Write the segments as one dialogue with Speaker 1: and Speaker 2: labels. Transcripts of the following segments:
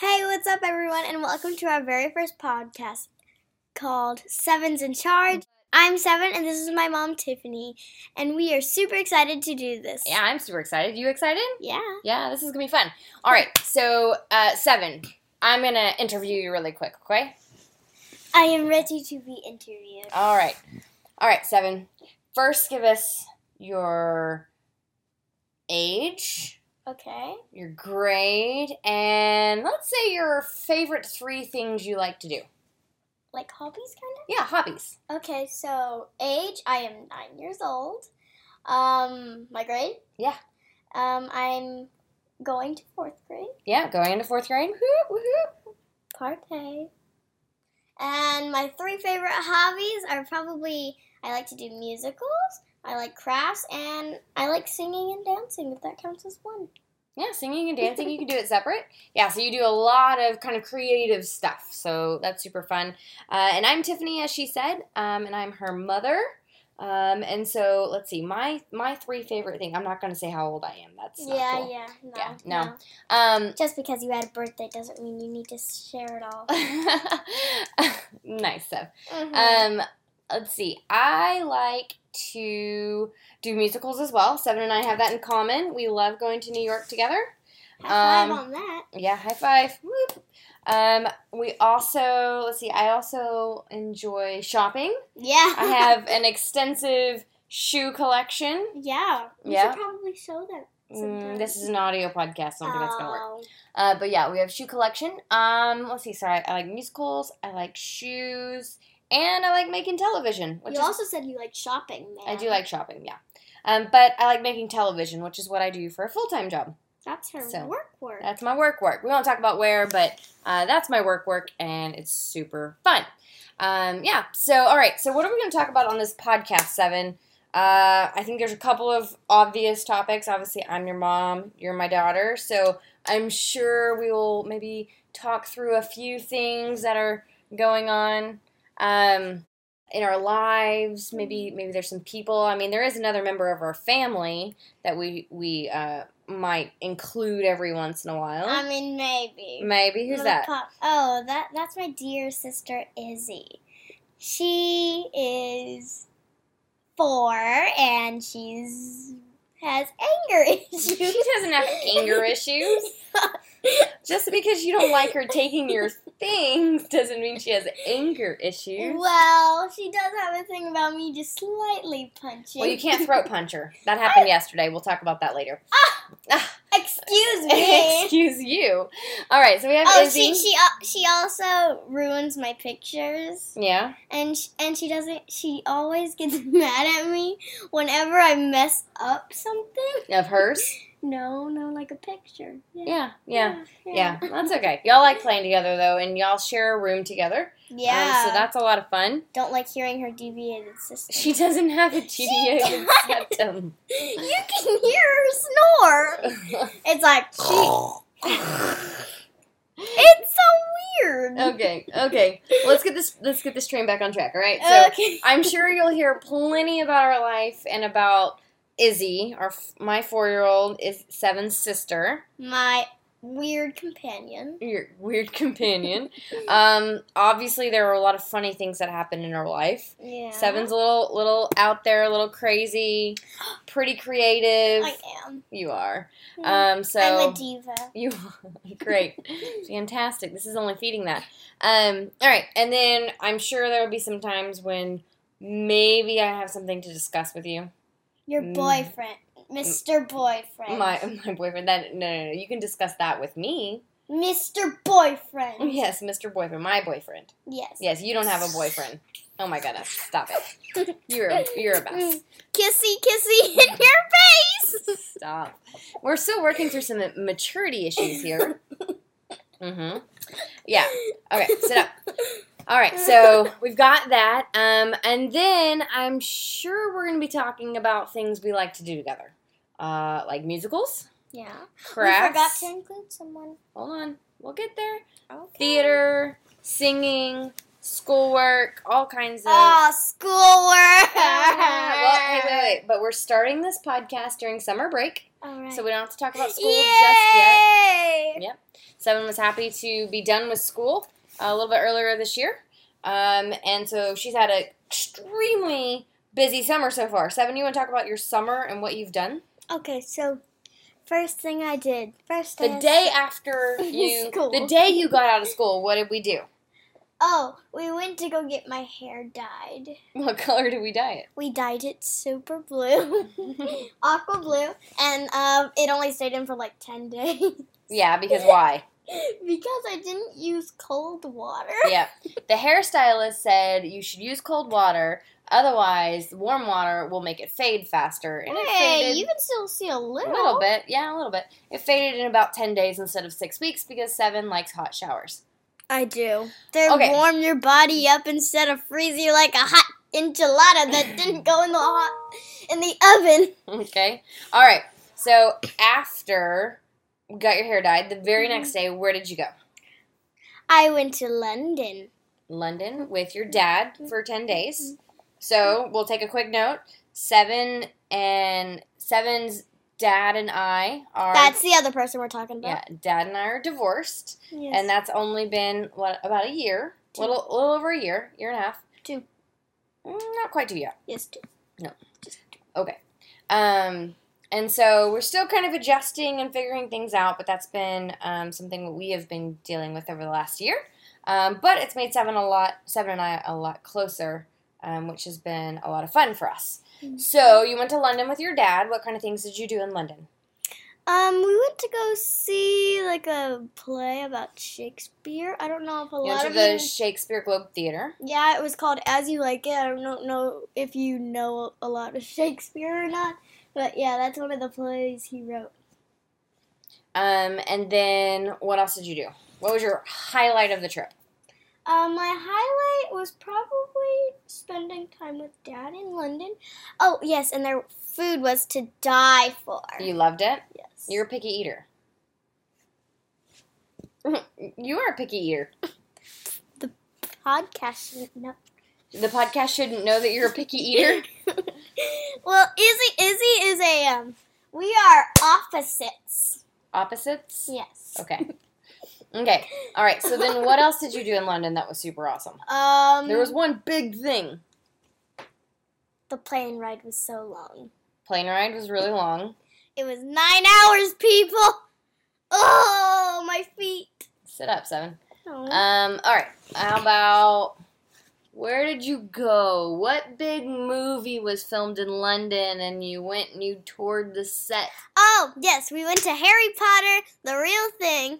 Speaker 1: what's up, everyone, and welcome to our very first podcast called Seven's in Charge. I'm Seven, and this is my mom, Tiffany, and we are super excited to do this.
Speaker 2: Yeah, I'm super excited. You excited?
Speaker 1: Yeah.
Speaker 2: Yeah, this is gonna be fun. All right, so uh, seven. I'm gonna interview you really quick, okay?
Speaker 1: I am ready to be interviewed.
Speaker 2: All right, all right, seven. First, give us your age,
Speaker 1: Okay.
Speaker 2: your grade, and let's say your favorite three things you like to do.
Speaker 1: Like hobbies, kind
Speaker 2: Yeah, hobbies.
Speaker 1: of? Okay, so age, I am nine years old. Um, my grade?
Speaker 2: Yeah.
Speaker 1: Um, I'm going to fourth grade.
Speaker 2: Yeah, going into fourth grade. Woohoo, woohoo.
Speaker 1: Parquet. And my three favorite hobbies are probably I like to do musicals, I like crafts, and I like singing and dancing, if that counts as one.
Speaker 2: Yeah, singing and dancing, you can do it separate. Yeah, so you do a lot of kind of creative stuff. So that's super fun. Uh, and I'm Tiffany, as she said, um, and I'm her mother. Um, and so let's see, my my three favorite things. I'm not going to say how old I am. That's not
Speaker 1: yeah,
Speaker 2: cool.
Speaker 1: yeah, no,
Speaker 2: Yeah, no. Um,
Speaker 1: Just because you had a birthday doesn't mean you need to share it all.
Speaker 2: Uh, Um, nice stuff.
Speaker 1: Mhm.
Speaker 2: Um, let's see. I like to do musicals as well. Seven and I have that in common. We love going to New York together.
Speaker 1: High five
Speaker 2: um,
Speaker 1: on that.
Speaker 2: Yeah, high five. Whoop. Um, we also let's see. I also enjoy shopping.
Speaker 1: Yeah.
Speaker 2: I have an extensive shoe collection.
Speaker 1: Yeah. We
Speaker 2: Yeah.
Speaker 1: should probably show them.
Speaker 2: Mm,
Speaker 1: sometime.
Speaker 2: this is an audio podcast. so I don't think that's gonna work.
Speaker 1: Oh.
Speaker 2: Uh, but yeah, we have shoe collection. Um, let's see. So I, I like musicals. I like shoes, and I like making television, which
Speaker 1: You
Speaker 2: is
Speaker 1: also said you like shopping, man.
Speaker 2: I do like shopping. Yeah. Um, but I like making television, which is what I do for a full time job.
Speaker 1: That's her
Speaker 2: So,
Speaker 1: work work.
Speaker 2: That's my work work. We won't talk about where, but uh, that's my work work, and it's super fun. Um, yeah. So, all right. So, what are we going to talk about on this podcast seven? Uh, I think there's a couple of obvious topics. Obviously, I'm your mom. You're my daughter. So, I'm sure we will maybe talk through a few things that are going on. Um, in our lives, maybe maybe there's some people. I mean, there is another member of our family that we we uh, might include every once in a while.
Speaker 1: I mean, maybe.
Speaker 2: Maybe who's
Speaker 1: Little
Speaker 2: that?
Speaker 1: pop- Oh, that that's my dear sister Izzy. She is four and she's has anger
Speaker 2: She
Speaker 1: issues.
Speaker 2: doesn't have anger issues. Just because you don't like her taking your things doesn't mean she has anger issues.
Speaker 1: well, she does have a thing about me just slightly punching.
Speaker 2: Well, you can't throat punch her. That happened yesterday. We'll talk about that later.
Speaker 1: Excuse me.
Speaker 2: Excuse you. All right, so we have
Speaker 1: oh,
Speaker 2: Izzy.
Speaker 1: she she al- she also ruins my pictures.
Speaker 2: yeah.
Speaker 1: and she, and she doesn't she always gets mad at me whenever I mess up something.
Speaker 2: Of hers.
Speaker 1: No, no, like a picture.
Speaker 2: Yeah. Yeah. Yeah, that's okay. Y'all like playing together though, and y'all share a room together. Um,
Speaker 1: Yeah.
Speaker 2: so that's a lot of fun.
Speaker 1: don't like hearing her deviated system.
Speaker 2: She doesn't have a GBA septum.
Speaker 1: you can hear her snore. It's like she, it's so weird.
Speaker 2: okay, okay. Let's get this. Let's get this train back on track. All right. So
Speaker 1: Okay.
Speaker 2: I'm sure you'll hear plenty about our life and about Izzy, our f- my four year old is seven's sister,
Speaker 1: My weird companion.
Speaker 2: your weird companion. um, obviously there were a lot of funny things that happened in her life.
Speaker 1: Yeah.
Speaker 2: Seven's a little little out there, a little crazy, pretty creative.
Speaker 1: I am.
Speaker 2: you are.
Speaker 1: Yeah.
Speaker 2: Um, so
Speaker 1: I'm a diva.
Speaker 2: you great, fantastic. This is only feeding that. Um, all right, and then I'm sure there will be some times when maybe I have something to discuss with you.
Speaker 1: Your
Speaker 2: Mm.
Speaker 1: boyfriend, Mr. Boyfriend.
Speaker 2: My my boyfriend. That no no no. You can discuss that with me.
Speaker 1: Mr. Boyfriend.
Speaker 2: Yes, Mr. Boyfriend, my boyfriend.
Speaker 1: Yes.
Speaker 2: Yes, you don't have a boyfriend. Oh my goodness, stop it. You're you're a Mm. mess.
Speaker 1: Kissy, kissy in your face.
Speaker 2: Stop. We're still working through some maturity issues here. Mm-hmm. Yeah. Okay. Sit up. All right. So we've got that. Um, and then I'm sure we're going to be talking about things we like to do together, uh, like musicals,
Speaker 1: Yeah. We forgot
Speaker 2: crafts.
Speaker 1: to include someone.
Speaker 2: Hold on. We'll get there.
Speaker 1: Okay.
Speaker 2: Theater, singing, schoolwork, all kinds of.
Speaker 1: Oh, schoolwork.
Speaker 2: well, hey, wait, wait. But we're starting this podcast during summer break.
Speaker 1: All right.
Speaker 2: So we don't have to talk about school
Speaker 1: Yay!
Speaker 2: just yet. Yep. Seven was happy to be done with school uh, a little bit earlier this year. Um, and so she's had an extremely busy summer so far. Seven, you want to talk about your summer and what you've done?
Speaker 1: Okay, so first thing I did, first
Speaker 2: The
Speaker 1: thing I-
Speaker 2: day after you,
Speaker 1: School.
Speaker 2: the day you got out of school, what did we do?
Speaker 1: Oh, we went to go get my hair dyed.
Speaker 2: What color did we dye
Speaker 1: We dyed it super blue,
Speaker 2: it?
Speaker 1: aqua blue, and um, it only stayed in for like ten days
Speaker 2: yeah, because why?
Speaker 1: because I didn't use cold water.
Speaker 2: Yeah. The hairstylist said you should use cold water, otherwise warm water will make it fade faster. And it
Speaker 1: Hey,
Speaker 2: faded.
Speaker 1: you can still see a
Speaker 2: A
Speaker 1: little.
Speaker 2: little bit, yeah, a little bit. It faded in about 10 days instead of six weeks because Seven likes hot showers.
Speaker 1: I do. They
Speaker 2: Okay.
Speaker 1: warm your body up instead of freeze you like a hot enchilada that didn't go in the hot in the oven.
Speaker 2: Okay? All right. So after you got your hair dyed, the very
Speaker 1: Mhm.
Speaker 2: next day, where did you go?
Speaker 1: I went to London.
Speaker 2: London with
Speaker 1: Mm-hmm.
Speaker 2: your dad for 10 days. So we'll take a quick note. Seven and Seven's dad and I are.
Speaker 1: That's the other person we're talking
Speaker 2: yeah,
Speaker 1: about.
Speaker 2: dad and I are divorced.
Speaker 1: Yes.
Speaker 2: And that's only been what about a year,
Speaker 1: Two.
Speaker 2: little little over a year, year and a half.
Speaker 1: Two.
Speaker 2: Mm, Not quite two yet.
Speaker 1: yes. Too.
Speaker 2: Okay. Um, and so we're still kind of adjusting and figuring things out, but that's been um, something that we have been dealing with over the last year. Um, but it's made Seven a lot, Seven and I a lot closer, um, which has been a lot of fun for us.
Speaker 1: Mhm.
Speaker 2: So you went to London with your dad. What kind of things did you do in London?
Speaker 1: Um, we went to go see like a play about Shakespeare. I don't know if a
Speaker 2: You
Speaker 1: lot
Speaker 2: went to
Speaker 1: of
Speaker 2: the
Speaker 1: you.
Speaker 2: Shakespeare Globe Theater.
Speaker 1: yeah, it was called As You Like It. I don't know if you know a lot of Shakespeare or not, but yeah, that's one of the plays he wrote.
Speaker 2: Um, and then what else did you do? What was your highlight of the trip?
Speaker 1: Um, my highlight was probably spending time with Dad in London. Oh yes, and their food was to die for.
Speaker 2: You loved it.
Speaker 1: yes.
Speaker 2: You're a picky eater. You are a picky eater.
Speaker 1: podcast. No.
Speaker 2: The podcast shouldn't know that you're a picky eater.
Speaker 1: well, Izzy, Izzy is a um. We are opposites.
Speaker 2: Opposites.
Speaker 1: Yes.
Speaker 2: Okay. Okay. All right. So then, what else did you do in London that was super awesome?
Speaker 1: Um,
Speaker 2: There was one big thing.
Speaker 1: the plane ride was so long.
Speaker 2: Plane ride was really long.
Speaker 1: It was nine hours, people. Oh, my feet.
Speaker 2: Sit up, seven.
Speaker 1: Oh.
Speaker 2: Um. All right. How about where did you go? What big movie was filmed in London, and you went and you toured the set?
Speaker 1: oh, yes, we went to Harry Potter, the real thing.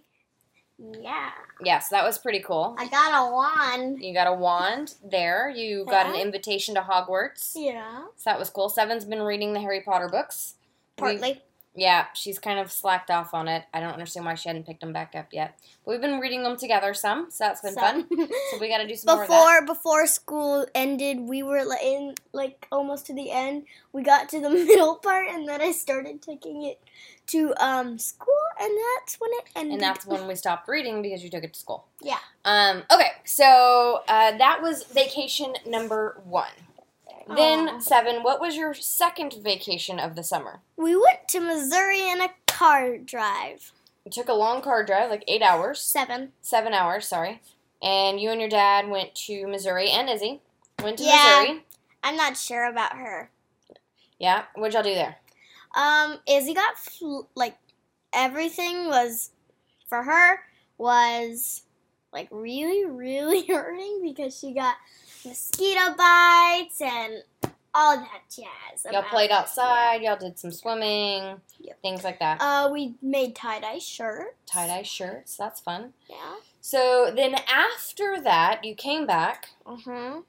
Speaker 1: Yeah,
Speaker 2: Yeah. So that was pretty cool.
Speaker 1: I got a wand.
Speaker 2: You got a wand there. You got an
Speaker 1: Yeah.
Speaker 2: invitation to Hogwarts.
Speaker 1: Yeah,
Speaker 2: So that was cool. Seven's been reading the Harry Potter books. We've-
Speaker 1: partly.
Speaker 2: yeah, she's kind of slacked off on it. I don't understand why she hadn't picked them back up yet. But we've been reading them together some, so that's been
Speaker 1: Some.
Speaker 2: fun. So we got to do some more of
Speaker 1: before before school ended, we were li- in like almost to the end. We got to the middle part, and then I started taking it to um school, and that's when it
Speaker 2: that.
Speaker 1: ended.
Speaker 2: And that's when we stopped reading because you took it to school.
Speaker 1: yeah.
Speaker 2: Um, okay, so uh, that was vacation number one. Then,
Speaker 1: Aw.
Speaker 2: seven, what was your second vacation of the summer?
Speaker 1: We went to Missouri in a car drive.
Speaker 2: You took a long car drive, like eight hours.
Speaker 1: Seven.
Speaker 2: seven hours, sorry. And you and your dad went to Missouri and Izzy went to
Speaker 1: Yeah.
Speaker 2: Missouri.
Speaker 1: I'm not sure about her.
Speaker 2: Yeah. What'd y'all do there?
Speaker 1: Um, Izzy got fl- like everything was for her was like really really hurting because she got mosquito bites and all that jazz.
Speaker 2: Y'all
Speaker 1: about-
Speaker 2: played outside. Y'all did some swimming,
Speaker 1: Yep.
Speaker 2: things like that.
Speaker 1: Uh, we made tie dye shirts.
Speaker 2: Tie dye shirts. That's fun.
Speaker 1: Yeah.
Speaker 2: So then after that, you came back,
Speaker 1: Mhm.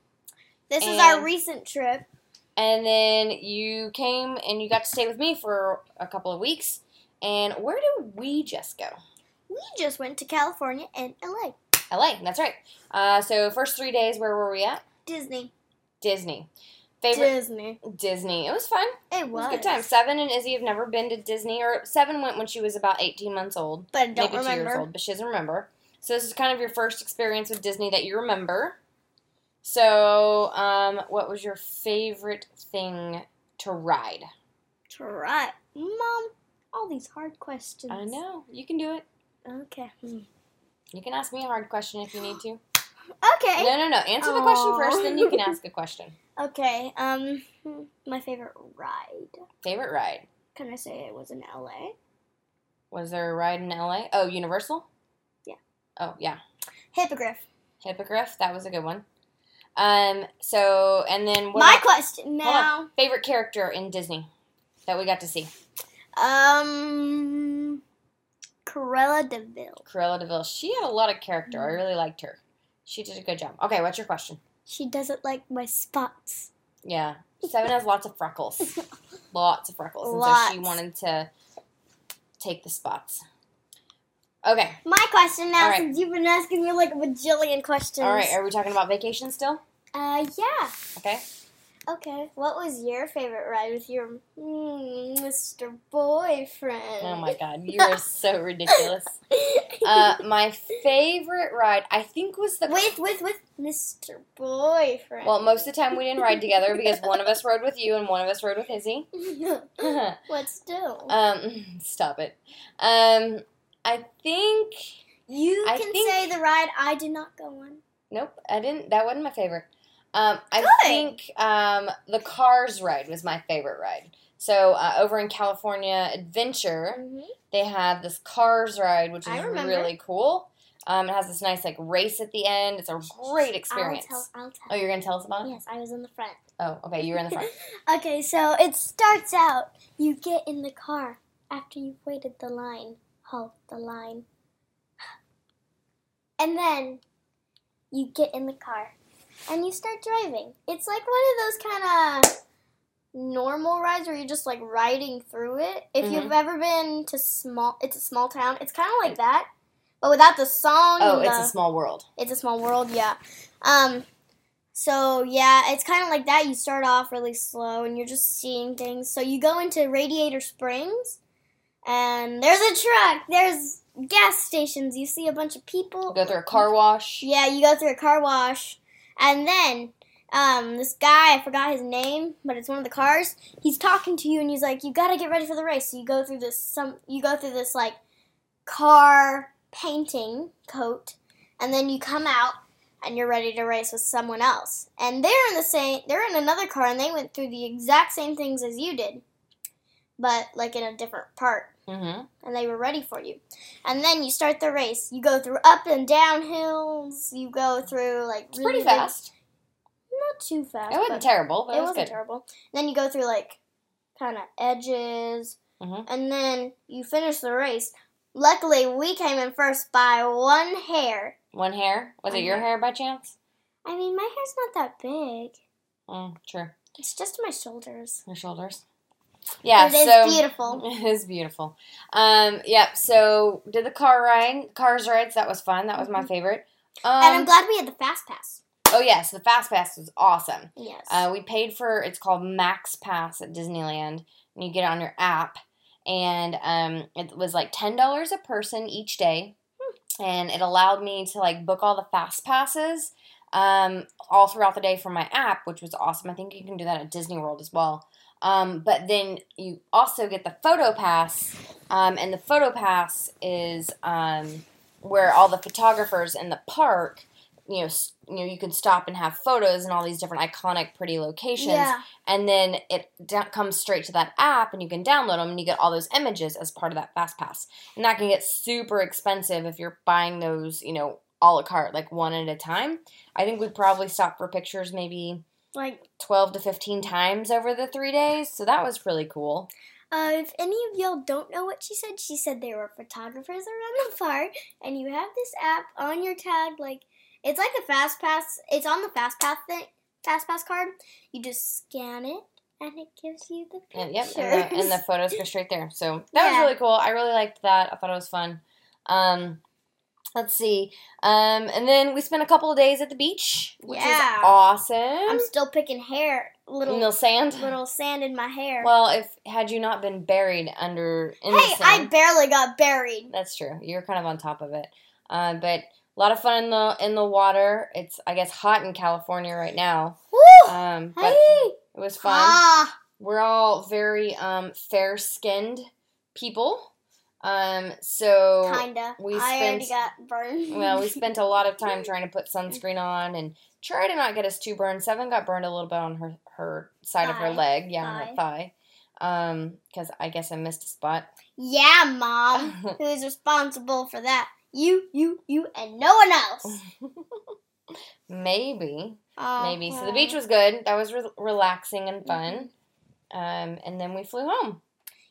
Speaker 1: This is our
Speaker 2: And-
Speaker 1: recent trip.
Speaker 2: and then you came and you got to stay with me for a couple of weeks. And where did we just go?
Speaker 1: We just went to California and LA.
Speaker 2: LA. That's right. Uh, so first three days, where were we at?
Speaker 1: Disney.
Speaker 2: Disney. Favorite
Speaker 1: Disney.
Speaker 2: Disney. It was fun.
Speaker 1: It
Speaker 2: It
Speaker 1: was.
Speaker 2: was a good time. Seven and Izzy have never been to Disney, or Seven went when she was about 18 months old,
Speaker 1: But I don't
Speaker 2: maybe two years
Speaker 1: remember.
Speaker 2: old, but she doesn't remember. So this is kind of your first experience with Disney that you remember. So, um, what was your favorite thing to ride?
Speaker 1: Try. Mom, All these hard questions.
Speaker 2: I know. You can do it.
Speaker 1: Okay. Hmm.
Speaker 2: You can ask me a hard question if you need to.
Speaker 1: Okay.
Speaker 2: No, no, no. Answer the question
Speaker 1: Aw.
Speaker 2: first, then
Speaker 1: Oh.
Speaker 2: you can ask a question.
Speaker 1: Okay. Um, hmm, my favorite ride.
Speaker 2: Favorite ride?
Speaker 1: Can I say it was in LA?
Speaker 2: Was there a ride in LA? Oh, Universal?
Speaker 1: Yeah.
Speaker 2: Oh, yeah.
Speaker 1: Hippogriff.
Speaker 2: Hippogriff. That was a good one. Um, so, and then what
Speaker 1: my
Speaker 2: about
Speaker 1: question now.
Speaker 2: on. favorite character in Disney that we got to see?
Speaker 1: Um, Corella Deville.
Speaker 2: Cruella DeVille. She had a lot of character. I really liked her. She did a good job. Okay, what's your question?
Speaker 1: She doesn't like my spots.
Speaker 2: Yeah. Seven has lots of freckles. Lots of freckles. And so she
Speaker 1: Lots.
Speaker 2: wanted to take the spots. Okay.
Speaker 1: My question now,
Speaker 2: All right.
Speaker 1: since you've been asking me like a bajillion questions.
Speaker 2: All right. Are we talking about vacation still?
Speaker 1: Uh, yeah.
Speaker 2: Okay.
Speaker 1: Okay. What was your favorite ride with your mm, Mr. Boyfriend?
Speaker 2: Oh my God. You are so ridiculous. Uh, my favorite ride, I think, was the.
Speaker 1: with with with Mr. Boyfriend.
Speaker 2: Well, most of the time we didn't ride together because one of us rode with you and one of us rode with Izzy.
Speaker 1: Let's do.
Speaker 2: um, stop it. Um, I think.
Speaker 1: you
Speaker 2: I
Speaker 1: can
Speaker 2: think-
Speaker 1: say the ride I did not go on.
Speaker 2: Nope, I didn't. That wasn't my favorite. Um, I
Speaker 1: Good.
Speaker 2: think um, the Cars ride was my favorite ride. So uh, over in California Adventure, they had this Cars ride, which
Speaker 1: I
Speaker 2: is
Speaker 1: remember.
Speaker 2: really cool. Um, it has this nice like race at the end. It's a great experience.
Speaker 1: I'll tell. I'll tell.
Speaker 2: Oh, you're gonna tell us about it?
Speaker 1: Yes, I was in the front.
Speaker 2: Oh, okay, you were in the front.
Speaker 1: Okay, so it starts out. You get in the car after you've waited the line. Halt the line. And then you get in the car and you start driving. It's like one of those kind of normal rides where you're just like riding through it. If
Speaker 2: Mm-hmm.
Speaker 1: you've ever been to small, it's a small town. It's kind of like that, but without the song.
Speaker 2: Oh,
Speaker 1: and
Speaker 2: it's
Speaker 1: the-
Speaker 2: a small world.
Speaker 1: it's a small world, yeah. Um, so yeah, it's kind of like that. You start off really slow, and you're just seeing things. So you go into Radiator Springs, and there's a truck. There's gas stations. You see a bunch of people.
Speaker 2: Go through a car wash.
Speaker 1: Yeah, you go through a car wash, and then um, this guy I forgot his name, but it's one of the cars. He's talking to you, and he's like, "You gotta get ready for the race." So you go through this some you go through this like car painting coat, and then you come out. And you're ready to race with someone else, and they're in the same. They're in another car, and they went through the exact same things as you did, but like in a different part
Speaker 2: Mm-hmm.
Speaker 1: and they were ready for you. And then you start the race. You go through up and down hills. You go through like
Speaker 2: It's
Speaker 1: really
Speaker 2: pretty
Speaker 1: big-
Speaker 2: fast.
Speaker 1: not too fast.
Speaker 2: It
Speaker 1: but
Speaker 2: wasn't terrible, but it,
Speaker 1: it
Speaker 2: was
Speaker 1: wasn't
Speaker 2: good.
Speaker 1: terrible. then you go through like kind of edges,
Speaker 2: Mhm.
Speaker 1: and then you finish the race. Luckily, we came in first by one hair.
Speaker 2: One hair. Was it
Speaker 1: One
Speaker 2: your
Speaker 1: hair.
Speaker 2: hair by chance?
Speaker 1: I mean, my hair's not that big.
Speaker 2: Mm, true.
Speaker 1: It's just my shoulders.
Speaker 2: Your shoulders. Yeah.
Speaker 1: it is
Speaker 2: so
Speaker 1: beautiful.
Speaker 2: It is beautiful. Um, yeah, so did the car ride, cars rides. That was fun. That was my
Speaker 1: Mhm.
Speaker 2: favorite.
Speaker 1: and I'm
Speaker 2: Um,
Speaker 1: glad we had the fast pass.
Speaker 2: oh, yes, the Fast Pass was awesome.
Speaker 1: Yes.
Speaker 2: Uh, we paid for, it's called Max Pass at Disneyland, and you get it on your app, and um, it was like $10 a person each day,
Speaker 1: Hmm.
Speaker 2: and it allowed me to like book all the Fast Passes um, all throughout the day from my app, which was awesome. I think you can do that at Disney World as well. Um, but then you also get the photo pass, um, and the photo pass is um, where all the photographers in the park, you know, s- you know, you can stop and have photos in all these different iconic, pretty locations,
Speaker 1: yeah.
Speaker 2: and then it da- comes straight to that app, and you can download them, and you get all those images as part of that fast pass, and that can get super expensive if you're buying those, you know, a la carte, like one at a time. I think we probably stopped for pictures, maybe.
Speaker 1: Like
Speaker 2: 12 to 15 times over the three days, so that was pretty cool.
Speaker 1: Uh, if any of y'all don't know what she said, she said there were photographers around the park, and you have this app on your tag. Like it's like the fast pass. It's on the fast pass thing, fast pass card. You just scan it, and it gives you the
Speaker 2: And,
Speaker 1: pictures.
Speaker 2: yep, and the, and the photos go straight there. So that
Speaker 1: Yeah.
Speaker 2: was really cool. I really liked that. I thought it was fun. Um, let's see. Um, and then we spent a couple of days at the beach, which
Speaker 1: Yeah.
Speaker 2: is awesome.
Speaker 1: I'm still picking hair, little
Speaker 2: in the sand.
Speaker 1: little sand in my hair.
Speaker 2: Well, if had you not been buried under in
Speaker 1: hey,
Speaker 2: the
Speaker 1: I
Speaker 2: sand, Uh,
Speaker 1: barely got buried.
Speaker 2: that's true. You're kind of on top of it. Uh, but a lot of fun in the in the water. It's I guess hot in California right now.
Speaker 1: Woo!
Speaker 2: Um, but
Speaker 1: hey,
Speaker 2: it was fun.
Speaker 1: ah,
Speaker 2: We're all very um, fair skinned people. Um, so
Speaker 1: Kinda.
Speaker 2: we
Speaker 1: I already
Speaker 2: spent-
Speaker 1: got burned.
Speaker 2: well, we spent a lot of time trying to put sunscreen on and try to not get us too burned. Seven got burned a little bit on her her side of her
Speaker 1: Thigh.
Speaker 2: leg, yeah, on her thigh, because I guess I missed a spot.
Speaker 1: yeah, mom. Who is responsible for that? You, you, you, and no one else.
Speaker 2: Maybe,
Speaker 1: Oh,
Speaker 2: maybe. So the
Speaker 1: well.
Speaker 2: beach was good. That was re- relaxing and
Speaker 1: Mm-hmm.
Speaker 2: fun. Um, and then we flew home.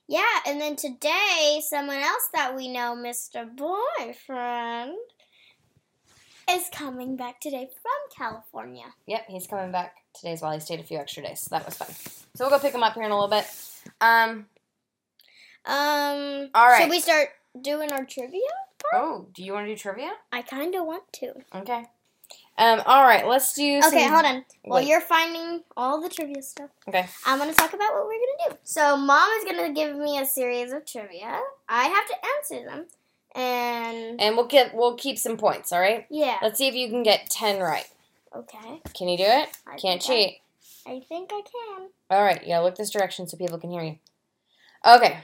Speaker 1: Yeah, and then today, someone else that we know, Mr. Boyfriend, is coming back today from California.
Speaker 2: Yep, he's coming back. Today's while he stayed a few extra days, so that was fun. So we'll go pick him up here in a little bit. Um,
Speaker 1: Um,
Speaker 2: All right.
Speaker 1: Should we start doing our trivia?
Speaker 2: oh, do you want to do trivia?
Speaker 1: I kind of want to.
Speaker 2: Okay. Um, all right, let's do.
Speaker 1: Okay, hold on. Well,
Speaker 2: Wait.
Speaker 1: you're finding all the trivia stuff.
Speaker 2: Okay.
Speaker 1: I'm going to talk about what we're going to do. So, mom is going to give me a series of trivia. I have to answer them. And,
Speaker 2: And we'll get we'll keep some points. All right.
Speaker 1: yeah.
Speaker 2: Let's see if you can get ten right.
Speaker 1: Okay.
Speaker 2: Can you do it?
Speaker 1: I think
Speaker 2: Can't cheat.
Speaker 1: I, I think I can.
Speaker 2: All right, yeah. Look this direction so people can hear you. Okay.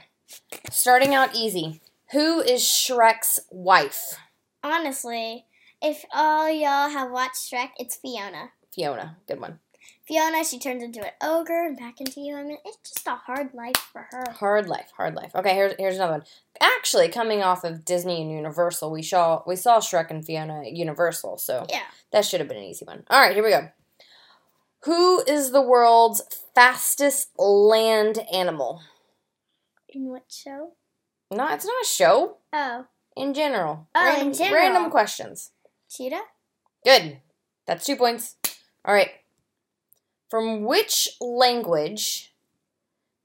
Speaker 2: Starting out easy. Who is Shrek's wife?
Speaker 1: Honestly, if all y'all have watched Shrek, it's Fiona.
Speaker 2: Fiona. Good one.
Speaker 1: Fiona, she turns into an ogre and back into human. It's just a hard life for her.
Speaker 2: Hard life, hard life. Okay, here's here's another one. Actually, coming off of Disney and Universal, we saw we saw Shrek and Fiona at Universal, so
Speaker 1: Yeah.
Speaker 2: that should have been an easy one. All right, here we go. Who is the world's fastest land animal?
Speaker 1: In what show?
Speaker 2: No, it's not a show.
Speaker 1: Oh,
Speaker 2: In general.
Speaker 1: Oh, in
Speaker 2: random,
Speaker 1: general.
Speaker 2: Random questions.
Speaker 1: Cheetah?
Speaker 2: Good. That's two points. All right. From which language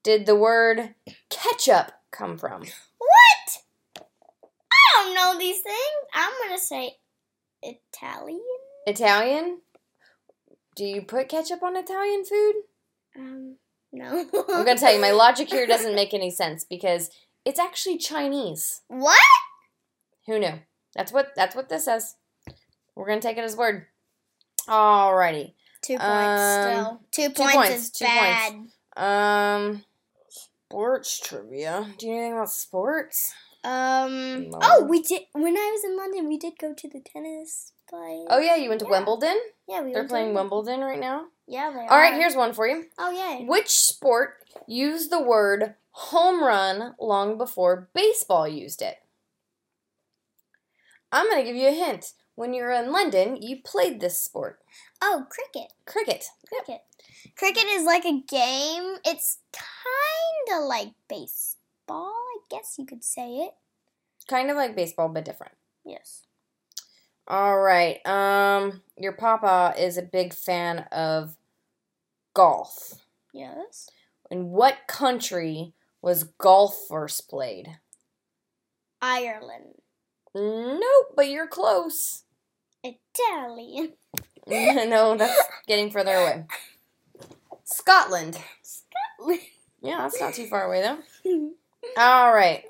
Speaker 2: did the word ketchup come from?
Speaker 1: What? I don't know these things. I'm gonna say Italian.
Speaker 2: Italian? Do you put ketchup on Italian food?
Speaker 1: Um, no.
Speaker 2: I'm going to tell you, my logic here doesn't make any sense because it's actually Chinese.
Speaker 1: What?
Speaker 2: Who knew? That's what that's what this says. We're going to take it as word. Alrighty.
Speaker 1: Two points
Speaker 2: Um,
Speaker 1: still. Two,
Speaker 2: two
Speaker 1: points,
Speaker 2: points,
Speaker 1: is
Speaker 2: two
Speaker 1: bad.
Speaker 2: Um sports trivia. Do you know anything about sports?
Speaker 1: Um.
Speaker 2: No.
Speaker 1: Oh, we did. When I was in London, we did go to the tennis place.
Speaker 2: Oh yeah, you went to
Speaker 1: Yeah.
Speaker 2: Wimbledon?
Speaker 1: yeah, we
Speaker 2: They're
Speaker 1: went to-
Speaker 2: playing Wimbledon right now.
Speaker 1: Yeah, they
Speaker 2: All right,
Speaker 1: are.
Speaker 2: here's one for you.
Speaker 1: Oh yeah.
Speaker 2: Which sport used the word home run long before baseball used it? I'm going to give you a hint. When you were in London, you played this sport
Speaker 1: Oh, cricket.
Speaker 2: cricket.
Speaker 1: Cricket. Cricket is like a game. It's kind of like baseball. I guess you could say it.
Speaker 2: Kind of like baseball, but different.
Speaker 1: Yes.
Speaker 2: All right. Um, your papa is a big fan of golf.
Speaker 1: Yes.
Speaker 2: In what country was golf first played?
Speaker 1: Ireland.
Speaker 2: Nope, but you're close.
Speaker 1: Italian.
Speaker 2: no, that's getting further away. Scotland.
Speaker 1: Scotland.
Speaker 2: Yeah, that's not too far away though. All right.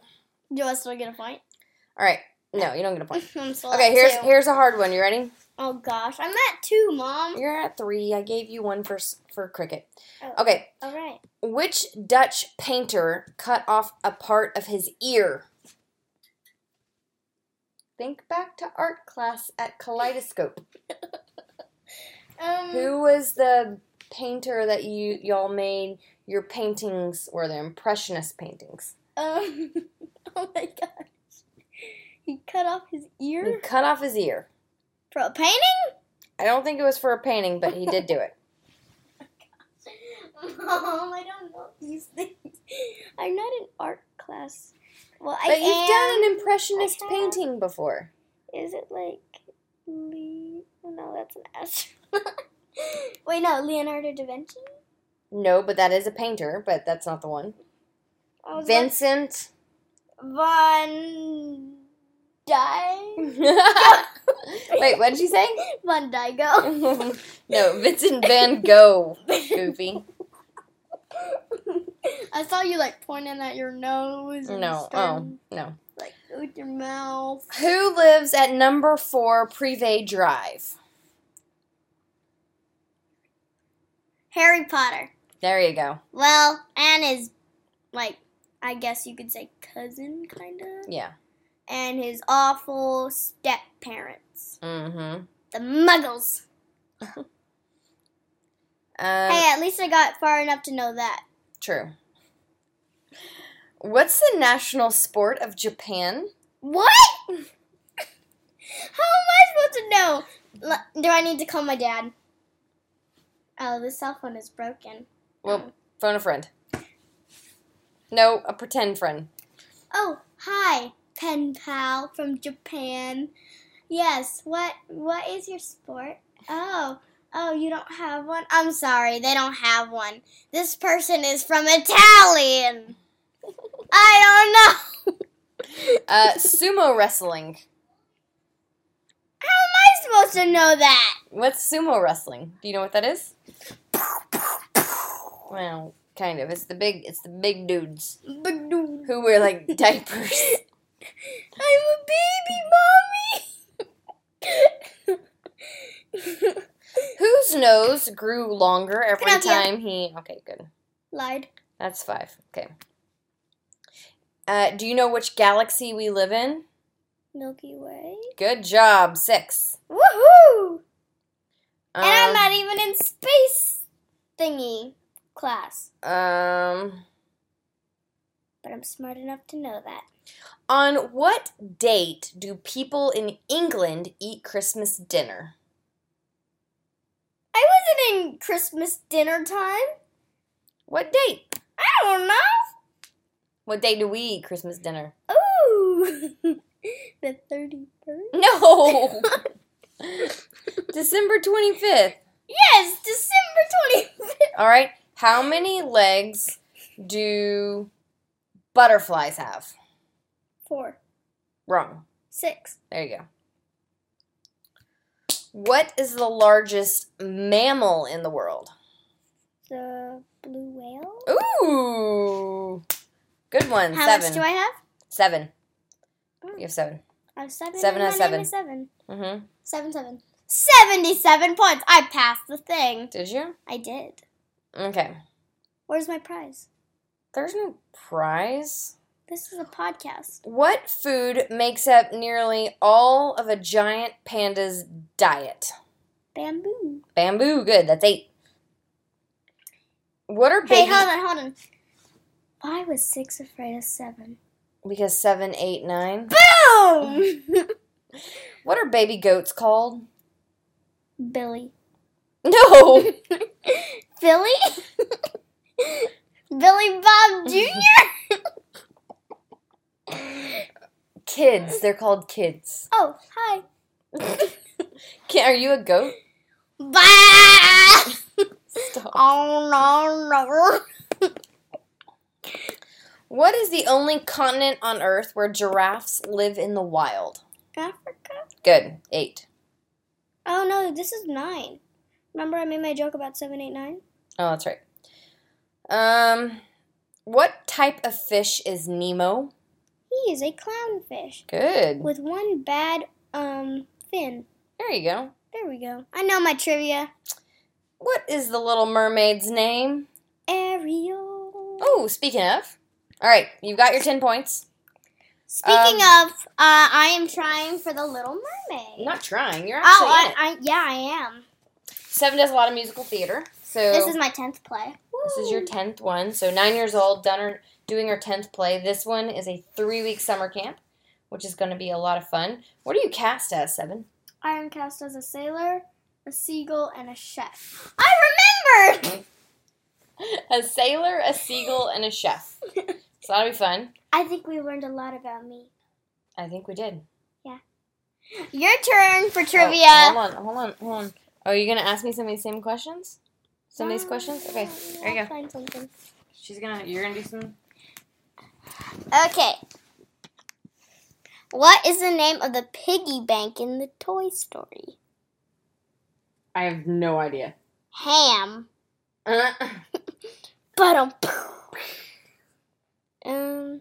Speaker 1: Do I still get a point?
Speaker 2: All right. No, you don't get a point.
Speaker 1: I'm still
Speaker 2: Okay,
Speaker 1: at
Speaker 2: here's
Speaker 1: two.
Speaker 2: here's a hard one. You ready?
Speaker 1: Oh gosh, I'm at two, mom.
Speaker 2: You're at 3. I gave you one for s- for cricket.
Speaker 1: Oh.
Speaker 2: Okay.
Speaker 1: All right.
Speaker 2: Which Dutch painter cut off a part of his ear? Think back to art class at Kaleidoscope.
Speaker 1: Um,
Speaker 2: Who was the painter that you y'all made your paintings or the impressionist paintings?
Speaker 1: Um. oh my gosh. He cut off his
Speaker 2: He
Speaker 1: ear
Speaker 2: cut off his ear.
Speaker 1: for a painting.
Speaker 2: I don't think it was for a painting, but he did do it.
Speaker 1: Mom, I don't know these things. I'm not in art class. Well, I
Speaker 2: But you've
Speaker 1: am.
Speaker 2: done an impressionist
Speaker 1: I have.
Speaker 2: painting before.
Speaker 1: Is it like Le? No, that's an astronaut. Wait, no, Leonardo da Vinci.
Speaker 2: No, but that is a painter, but that's not the one.
Speaker 1: I was like-
Speaker 2: Vincent.
Speaker 1: Von Dyke.
Speaker 2: Wait, what did you say?
Speaker 1: Von Dygo.
Speaker 2: no, Vincent Van Gogh. Goofy.
Speaker 1: I saw you like pointing at your nose. And
Speaker 2: No. Oh,
Speaker 1: starting,
Speaker 2: no.
Speaker 1: Like with your mouth.
Speaker 2: Who lives at number four Privé Drive?
Speaker 1: Harry Potter.
Speaker 2: There you go.
Speaker 1: Well, and his like I guess you could say cousin, kind of,
Speaker 2: Yeah.
Speaker 1: and his awful step parents,
Speaker 2: Mm-hmm.
Speaker 1: the Muggles.
Speaker 2: Um,
Speaker 1: hey, at least I got far enough to know that.
Speaker 2: True. What's the national sport of Japan?
Speaker 1: What? How am I supposed to know? L- Do I need to call my dad? Oh, the cell phone is broken.
Speaker 2: Well, phone a friend. No, a pretend friend.
Speaker 1: Oh, hi, pen pal from Japan. Yes, what what is your sport? Oh, oh, you don't have one? I'm sorry, they don't have one. This person is from Italian. I don't know.
Speaker 2: Uh, sumo wrestling.
Speaker 1: How am I supposed to know that?
Speaker 2: What's sumo wrestling? Do you know what that is? Well, kind of. It's the big. It's the big dudes
Speaker 1: Ba-doo.
Speaker 2: who wear like diapers.
Speaker 1: I'm a baby, mommy.
Speaker 2: Whose nose grew longer every
Speaker 1: Pinocchio.
Speaker 2: time he? Okay, good.
Speaker 1: Lied.
Speaker 2: That's five. Okay. Uh, do you know which galaxy we live in?
Speaker 1: Milky Way.
Speaker 2: Good job. Six.
Speaker 1: Woohoo!
Speaker 2: Um,
Speaker 1: and I'm not even in space thingy class,
Speaker 2: um,
Speaker 1: but I'm smart enough to know that.
Speaker 2: on what date do people in England eat Christmas dinner?
Speaker 1: I wasn't in Christmas dinner time.
Speaker 2: What date?
Speaker 1: I don't know.
Speaker 2: What day do we eat Christmas
Speaker 1: Mm.
Speaker 2: dinner?
Speaker 1: Ooh, the thirty first.
Speaker 2: No. December 25th.
Speaker 1: Yes, December twenty fifth.
Speaker 2: All right. How many legs do butterflies have?
Speaker 1: Four,
Speaker 2: Wrong.
Speaker 1: six.
Speaker 2: There you go. What is the largest mammal in the world?
Speaker 1: The blue whale.
Speaker 2: Ooh. Good one.
Speaker 1: How
Speaker 2: seven.
Speaker 1: much do I have?
Speaker 2: Seven.
Speaker 1: Oh.
Speaker 2: You have seven.
Speaker 1: I have seven.
Speaker 2: Seven
Speaker 1: and
Speaker 2: out of
Speaker 1: my
Speaker 2: seven.
Speaker 1: name is seven.
Speaker 2: Mm-hmm.
Speaker 1: Seven, seven. 77 points. I passed the thing.
Speaker 2: Did you?
Speaker 1: I did.
Speaker 2: Okay.
Speaker 1: Where's my prize?
Speaker 2: There's no prize.
Speaker 1: This is a podcast.
Speaker 2: What food makes up nearly all of a giant panda's diet?
Speaker 1: Bamboo.
Speaker 2: Bamboo. Good. That's eight. What are
Speaker 1: Hey,
Speaker 2: baby?
Speaker 1: hold on, hold on. Why was six afraid of seven?
Speaker 2: because seven, eight, nine.
Speaker 1: Boom!
Speaker 2: What are baby goats called?
Speaker 1: Billy.
Speaker 2: No.
Speaker 1: Billy? Billy Bob Jr.?
Speaker 2: kids. They're called kids.
Speaker 1: oh, hi.
Speaker 2: Can, are you a goat?
Speaker 1: Bye!
Speaker 2: Stop.
Speaker 1: Oh, no, no.
Speaker 2: What is the only continent on Earth where giraffes live in the wild?
Speaker 1: Africa?
Speaker 2: Good. Eight.
Speaker 1: Oh, no, this is nine. Remember I made my joke about seven, eight, nine?
Speaker 2: Oh, that's right. Um, what type of fish is Nemo?
Speaker 1: He is a clownfish
Speaker 2: Good.
Speaker 1: with one bad um fin.
Speaker 2: There you go.
Speaker 1: There we go. I know my trivia.
Speaker 2: What is the Little Mermaid's name?
Speaker 1: Ariel.
Speaker 2: Oh, speaking of. All right, you've got your 10 points.
Speaker 1: Speaking of, uh, I am trying for the Little Mermaid.
Speaker 2: um, Not trying, you're actually.
Speaker 1: oh, I,
Speaker 2: in
Speaker 1: I,
Speaker 2: it.
Speaker 1: yeah, I am.
Speaker 2: Seven does a lot of musical theater. So
Speaker 1: This is my tenth play.
Speaker 2: This is your
Speaker 1: Woo.
Speaker 2: 10th one. So, nine years old, done her, doing her 10th play. This one is a three week summer camp, which is going to be a lot of fun. What are you cast as, Seven?
Speaker 1: I am cast as a sailor, a seagull, and a chef. I remembered.
Speaker 2: A sailor, a seagull, and a chef. So, that'll be fun.
Speaker 1: I think we learned a lot about me.
Speaker 2: I think we did.
Speaker 1: Your turn for trivia.
Speaker 2: Oh, hold on, hold on, hold on. Are you going to ask me some of these same questions? Some of these questions? Okay,
Speaker 1: Um,
Speaker 2: there you
Speaker 1: I'll
Speaker 2: go.
Speaker 1: Find something.
Speaker 2: Uh, She's going to, you're going to do some.
Speaker 1: Okay. What is the name of the piggy bank in the Toy Story?
Speaker 2: I have no idea.
Speaker 1: Ham.
Speaker 2: Uh,
Speaker 1: But um. Um.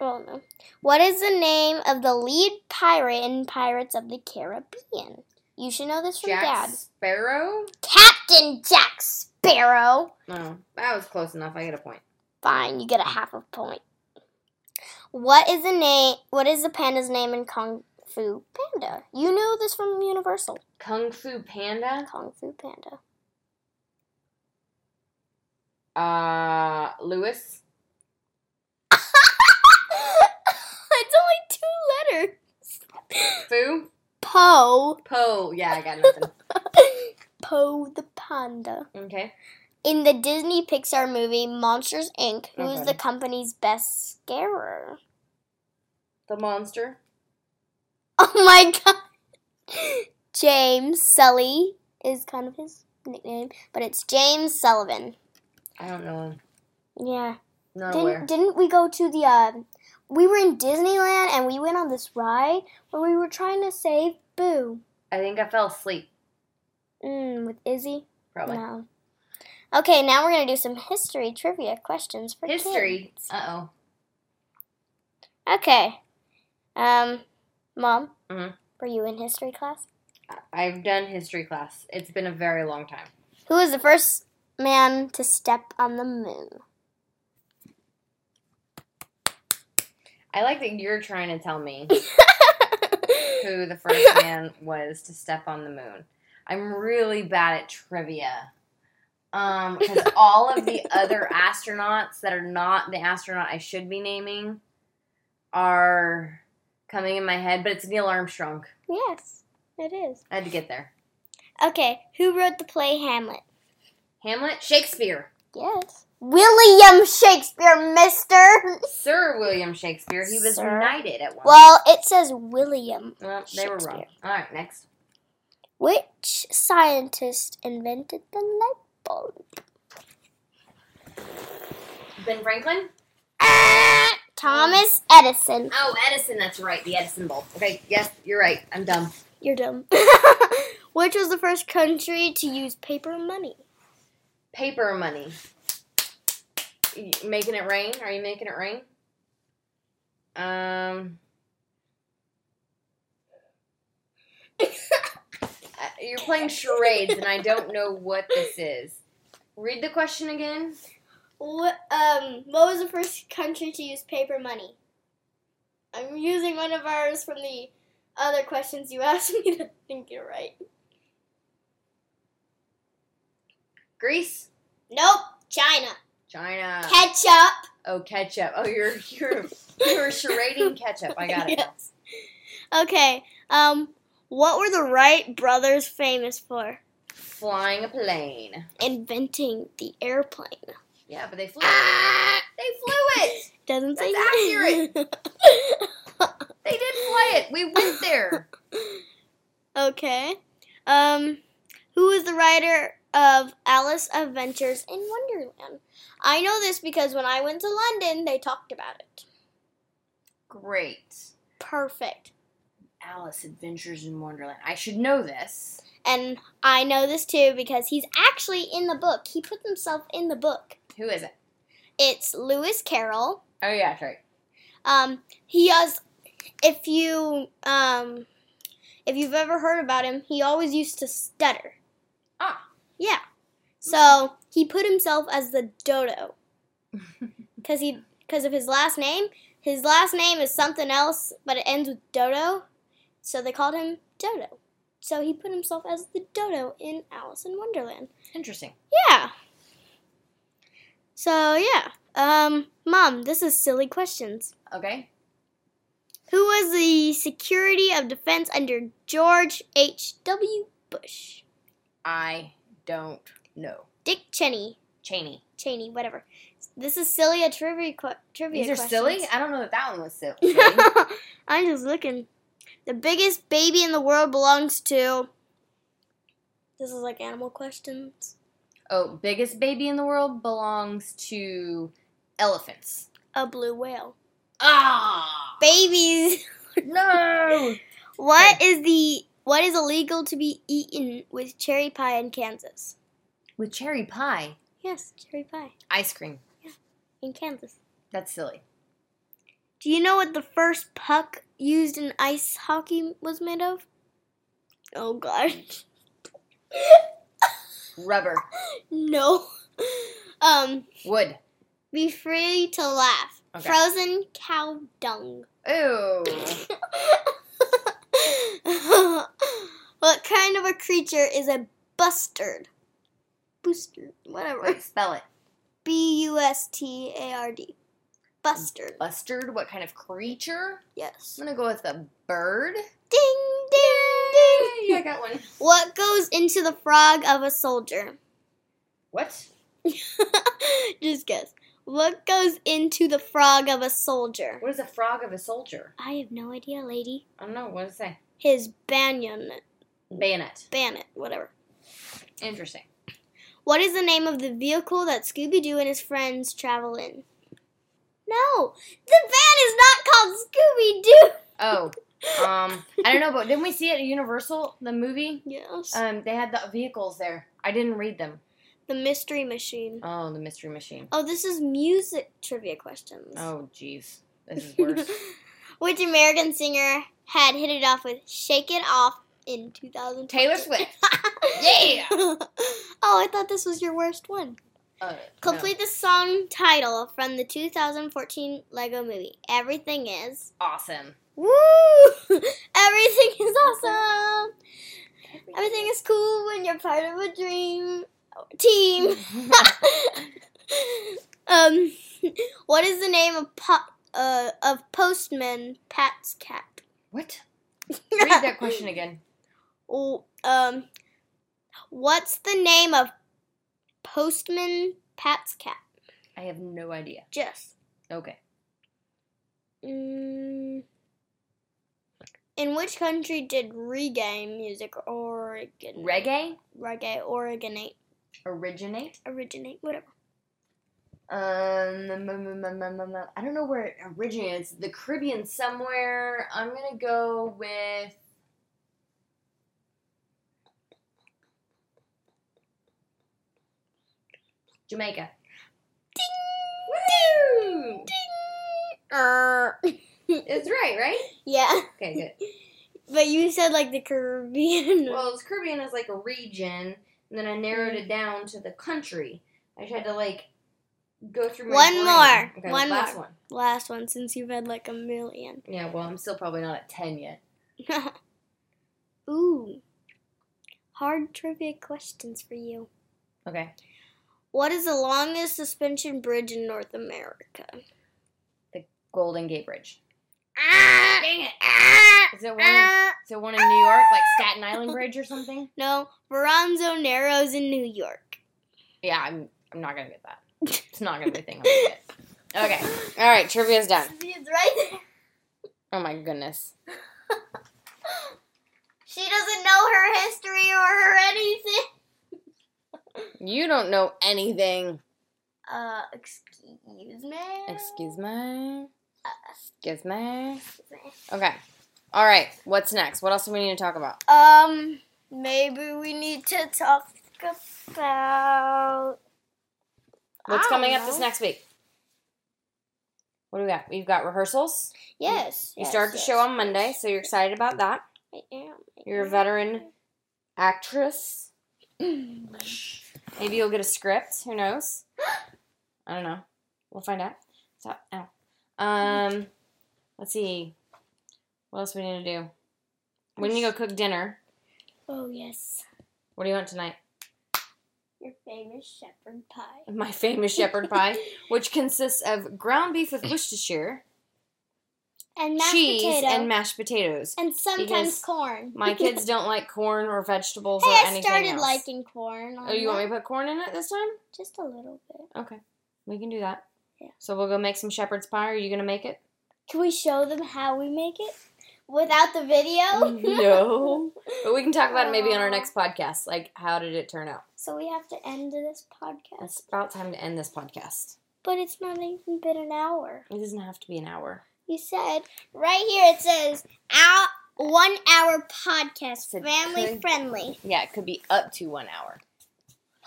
Speaker 1: Oh no. What is the name of the lead pirate in Pirates of the Caribbean? You should know this from Dad.
Speaker 2: Sparrow?
Speaker 1: Captain Jack Sparrow.
Speaker 2: No, that was close enough. I get a point.
Speaker 1: Fine, you get a half a point. What is the name? What is the panda's name in Kung Fu Panda? You know this from Universal.
Speaker 2: Kung Fu Panda?
Speaker 1: Kung Fu Panda.
Speaker 2: Uh, Lewis?
Speaker 1: it's only two letters.
Speaker 2: Fu?
Speaker 1: Poe.
Speaker 2: Poe. Yeah, I got nothing.
Speaker 1: Poe the panda.
Speaker 2: Okay.
Speaker 1: In the Disney Pixar movie Monsters Inc., who is
Speaker 2: Okay.
Speaker 1: the company's best scarer?
Speaker 2: The monster?
Speaker 1: Oh my god. James Sully is kind of his nickname, but it's James Sullivan.
Speaker 2: I don't know him.
Speaker 1: Yeah.
Speaker 2: Not aware.
Speaker 1: Didn't, didn't we go to the uh, we were in Disneyland and we went on this ride where we were trying to save Boo.
Speaker 2: I think I fell asleep,
Speaker 1: Mm, with Izzy?
Speaker 2: probably.
Speaker 1: No. Okay, now we're gonna do some history trivia questions for
Speaker 2: History.
Speaker 1: kids.
Speaker 2: Uh oh.
Speaker 1: Okay. Um, mom,
Speaker 2: Mhm.
Speaker 1: were you in history class?
Speaker 2: I've done history class. It's been a very long time.
Speaker 1: Who was the first man to step on the moon?
Speaker 2: I like that you're trying to tell me who the first man was to step on the moon. I'm really bad at trivia. Um, because all of the other astronauts that are not the astronaut I should be naming are coming in my head, but it's Neil Armstrong.
Speaker 1: yes, it is.
Speaker 2: I had to get there.
Speaker 1: Okay, who wrote the play Hamlet?
Speaker 2: Hamlet, Shakespeare,
Speaker 1: Yes. William Shakespeare, mister!
Speaker 2: Sir William Shakespeare. He was
Speaker 1: Sir.
Speaker 2: knighted at one.
Speaker 1: Well, it says William.
Speaker 2: Well, they were wrong.
Speaker 1: Shakespeare.
Speaker 2: All right, next.
Speaker 1: Which scientist invented the light bulb?
Speaker 2: Ben Franklin.
Speaker 1: Ah, Thomas Edison.
Speaker 2: Oh, Edison. That's right. The Edison bulb. Okay. Yes, you're right. I'm dumb.
Speaker 1: You're dumb. Which was the first country to use paper money?
Speaker 2: paper money. Y- Making it rain? Are you making it rain? Um. Uh, You're playing charades, and I don't know what this is. Read the question again.
Speaker 1: What, um, what was the first country to use paper money? I'm using one of ours from the other questions you asked me to think you're right.
Speaker 2: Greece,
Speaker 1: Nope, China.
Speaker 2: China.
Speaker 1: Ketchup.
Speaker 2: Oh, ketchup. Oh, you're you're you're charading ketchup. I got it. now.
Speaker 1: Yes. Okay, um, what were the Wright brothers famous for?
Speaker 2: Flying a plane.
Speaker 1: Inventing the airplane.
Speaker 2: Yeah, but they flew. it.
Speaker 1: Ah!
Speaker 2: They flew it.
Speaker 1: Doesn't
Speaker 2: That's
Speaker 1: say
Speaker 2: They did fly it. We went there.
Speaker 1: Okay. Um, who is the writer of Alice Adventures in Wonderland? I know this because when I went to London, they talked about it.
Speaker 2: Great.
Speaker 1: Perfect.
Speaker 2: Alice Adventures in Wonderland. I should know this.
Speaker 1: And I know this too because he's actually in the book. He put himself in the book.
Speaker 2: Who is it?
Speaker 1: It's Lewis Carroll.
Speaker 2: Oh yeah, that's right.
Speaker 1: Um, he has. If you um, if you've ever heard about him, he always used to stutter.
Speaker 2: Ah.
Speaker 1: Yeah. So he put himself as the dodo, because he because of his last name. His last name is something else, but it ends with dodo, so they called him Dodo. So he put himself as the dodo in Alice in Wonderland.
Speaker 2: Interesting.
Speaker 1: Yeah. So yeah. Um, mom, this is silly questions.
Speaker 2: Okay.
Speaker 1: Who was the Security of Defense under George H.W. Bush?
Speaker 2: I don't know.
Speaker 1: Dick Cheney.
Speaker 2: Cheney.
Speaker 1: Cheney, whatever. This is silly a trivia qu- trivia
Speaker 2: These are
Speaker 1: questions.
Speaker 2: silly. I don't know that that one was sil- silly.
Speaker 1: I'm just looking. The biggest baby in the world belongs to. This is like animal questions.
Speaker 2: oh, biggest baby in the world belongs to elephants.
Speaker 1: A blue whale.
Speaker 2: Ah.
Speaker 1: Babies.
Speaker 2: No.
Speaker 1: What is the what is illegal to be eaten with cherry pie in Kansas?
Speaker 2: With cherry pie,
Speaker 1: Yes, cherry pie
Speaker 2: ice cream.
Speaker 1: in Kansas.
Speaker 2: That's silly.
Speaker 1: Do you know what the first puck used in ice hockey was made of? Oh gosh.
Speaker 2: Rubber.
Speaker 1: No. Um,
Speaker 2: Wood.
Speaker 1: Be free to laugh.
Speaker 2: Okay.
Speaker 1: Frozen cow dung.
Speaker 2: Ooh.
Speaker 1: what kind of a creature is a bustard? Booster, whatever.
Speaker 2: Wait, spell it.
Speaker 1: B U S T A R D. Bustard.
Speaker 2: Bustard, what kind of creature?
Speaker 1: Yes.
Speaker 2: I'm gonna go with a bird.
Speaker 1: Ding, ding, ding.
Speaker 2: Yeah, I got one.
Speaker 1: What goes into the frog of a soldier?
Speaker 2: What?
Speaker 1: Just guess. What goes into the frog of a soldier?
Speaker 2: What is a frog of a soldier?
Speaker 1: I have no idea, lady.
Speaker 2: I don't know. What does it say?
Speaker 1: His banyan,
Speaker 2: Bayonet.
Speaker 1: bayonet, whatever.
Speaker 2: Interesting.
Speaker 1: What is the name of the vehicle that Scooby Doo and his friends travel in? No, the van is not called Scooby Doo.
Speaker 2: Oh, um, I don't know, but didn't we see it at Universal, the movie?
Speaker 1: Yes.
Speaker 2: Um, they had the vehicles there. I didn't read them.
Speaker 1: the Mystery Machine.
Speaker 2: Oh, the Mystery Machine.
Speaker 1: Oh, this is music trivia questions.
Speaker 2: Oh, jeez. This is worse.
Speaker 1: Which American singer had hit it off with "Shake It Off" in 2000?
Speaker 2: Taylor Swift. Yeah.
Speaker 1: oh, I thought this was your worst one.
Speaker 2: Uh,
Speaker 1: Complete the song title from the 2014 Lego Movie. Everything is.
Speaker 2: no. Awesome.
Speaker 1: Woo! Everything is awesome. Everything is cool when you're part of a dream team. um, what is the name of po- uh, of postman Pat's cat?
Speaker 2: what? Read that question again.
Speaker 1: Oh, um, what's the name of postman Pat's cat?
Speaker 2: I have no idea.
Speaker 1: Jess.
Speaker 2: Okay.
Speaker 1: Mm, in which country did reggae music originate?
Speaker 2: Reggae
Speaker 1: reggae originate
Speaker 2: originate.
Speaker 1: originate whatever
Speaker 2: Um, mm, mm, mm, mm, mm, mm. I don't know where it originates. The Caribbean somewhere. I'm gonna go with. Jamaica. Woo!
Speaker 1: Uh.
Speaker 2: It's right, right?
Speaker 1: yeah
Speaker 2: Okay, good.
Speaker 1: but you said like the caribbean
Speaker 2: Well, it's Caribbean is like a region, and then I narrowed
Speaker 1: Mm.
Speaker 2: it down to the country. I just had to like go through my
Speaker 1: One
Speaker 2: brain.
Speaker 1: more.
Speaker 2: Okay,
Speaker 1: One
Speaker 2: last
Speaker 1: more.
Speaker 2: one.
Speaker 1: last one since you've had like a million
Speaker 2: Yeah, well, I'm still probably not at ten yet.
Speaker 1: ooh hard trivia questions for you
Speaker 2: Okay.
Speaker 1: what is the longest suspension bridge in north america
Speaker 2: Golden Gate Bridge.
Speaker 1: ah,
Speaker 2: Dang it!
Speaker 1: ah,
Speaker 2: Is it one? Is
Speaker 1: ah.
Speaker 2: it one in New York, like Staten Island Bridge or something?
Speaker 1: no veranzo narrows in new york
Speaker 2: Yeah, I'm. I'm not gonna get that. It's not gonna be a thing. I'm gonna get. Okay. All right, trivia's done.
Speaker 1: it's right there
Speaker 2: Oh my goodness.
Speaker 1: she doesn't know her history or her anything
Speaker 2: You don't know anything.
Speaker 1: Uh, excuse me.
Speaker 2: Excuse me. Excuse me.
Speaker 1: me.
Speaker 2: Okay. All right. What's next? What else do we need to talk about?
Speaker 1: Um, maybe we need to talk about.
Speaker 2: What's
Speaker 1: I
Speaker 2: coming
Speaker 1: don't
Speaker 2: up this
Speaker 1: know.
Speaker 2: next week? What do we got? We've got rehearsals.
Speaker 1: Yes.
Speaker 2: You start the show on Monday, so you're excited about that.
Speaker 1: I am. I
Speaker 2: You're a
Speaker 1: am.
Speaker 2: veteran actress. Maybe you'll get a script. Who knows? I don't know. We'll find out. So, ow. Um, let's see. What else we need to do? When you go cook dinner,
Speaker 1: Oh yes,
Speaker 2: what do you want tonight?
Speaker 1: your famous shepherd pie.
Speaker 2: My famous shepherd pie, which consists of ground beef with Worcestershire,
Speaker 1: And mashed
Speaker 2: cheese,
Speaker 1: potato.
Speaker 2: and mashed potatoes.
Speaker 1: and sometimes
Speaker 2: because
Speaker 1: corn.
Speaker 2: My kids don't like corn or vegetables
Speaker 1: Hey,
Speaker 2: or
Speaker 1: I
Speaker 2: anything
Speaker 1: started
Speaker 2: else.
Speaker 1: liking corn. On
Speaker 2: Oh, you want me
Speaker 1: that.
Speaker 2: to put corn in it this time?
Speaker 1: Just a little bit.
Speaker 2: Okay, we can do that.
Speaker 1: Yeah.
Speaker 2: So we'll go make some shepherd's pie. Are you gonna make it?
Speaker 1: Can we show them how we make it without the video?
Speaker 2: Oh, Mm-hmm. no. But we can talk about it maybe on
Speaker 1: Aw.
Speaker 2: our next podcast. Like, how did it turn out?
Speaker 1: so we have to end this podcast.
Speaker 2: It's about time to end this podcast.
Speaker 1: But it's not even been an hour.
Speaker 2: It doesn't have to be an hour.
Speaker 1: You said right here it says our one hour podcast,
Speaker 2: Said
Speaker 1: family
Speaker 2: could-
Speaker 1: friendly.
Speaker 2: Yeah, it could be up to one hour.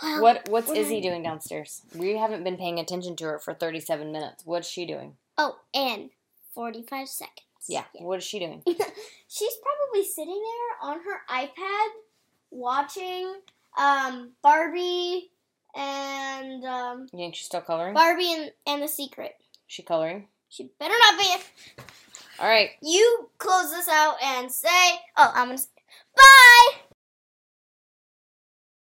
Speaker 2: Um, What What's
Speaker 1: What
Speaker 2: Izzy
Speaker 1: I-
Speaker 2: doing downstairs? We haven't been paying attention to her for 37 minutes. What's she doing?
Speaker 1: Oh, and forty five seconds.
Speaker 2: Yeah, what is she doing?
Speaker 1: she's probably sitting there on her iPad watching um, Barbie and um,
Speaker 2: You think she's still coloring?
Speaker 1: Barbie and, and the Secret.
Speaker 2: She coloring.
Speaker 1: She better not be.
Speaker 2: All right.
Speaker 1: You close this out and say, "Oh, I'm gonna." Say, Bye.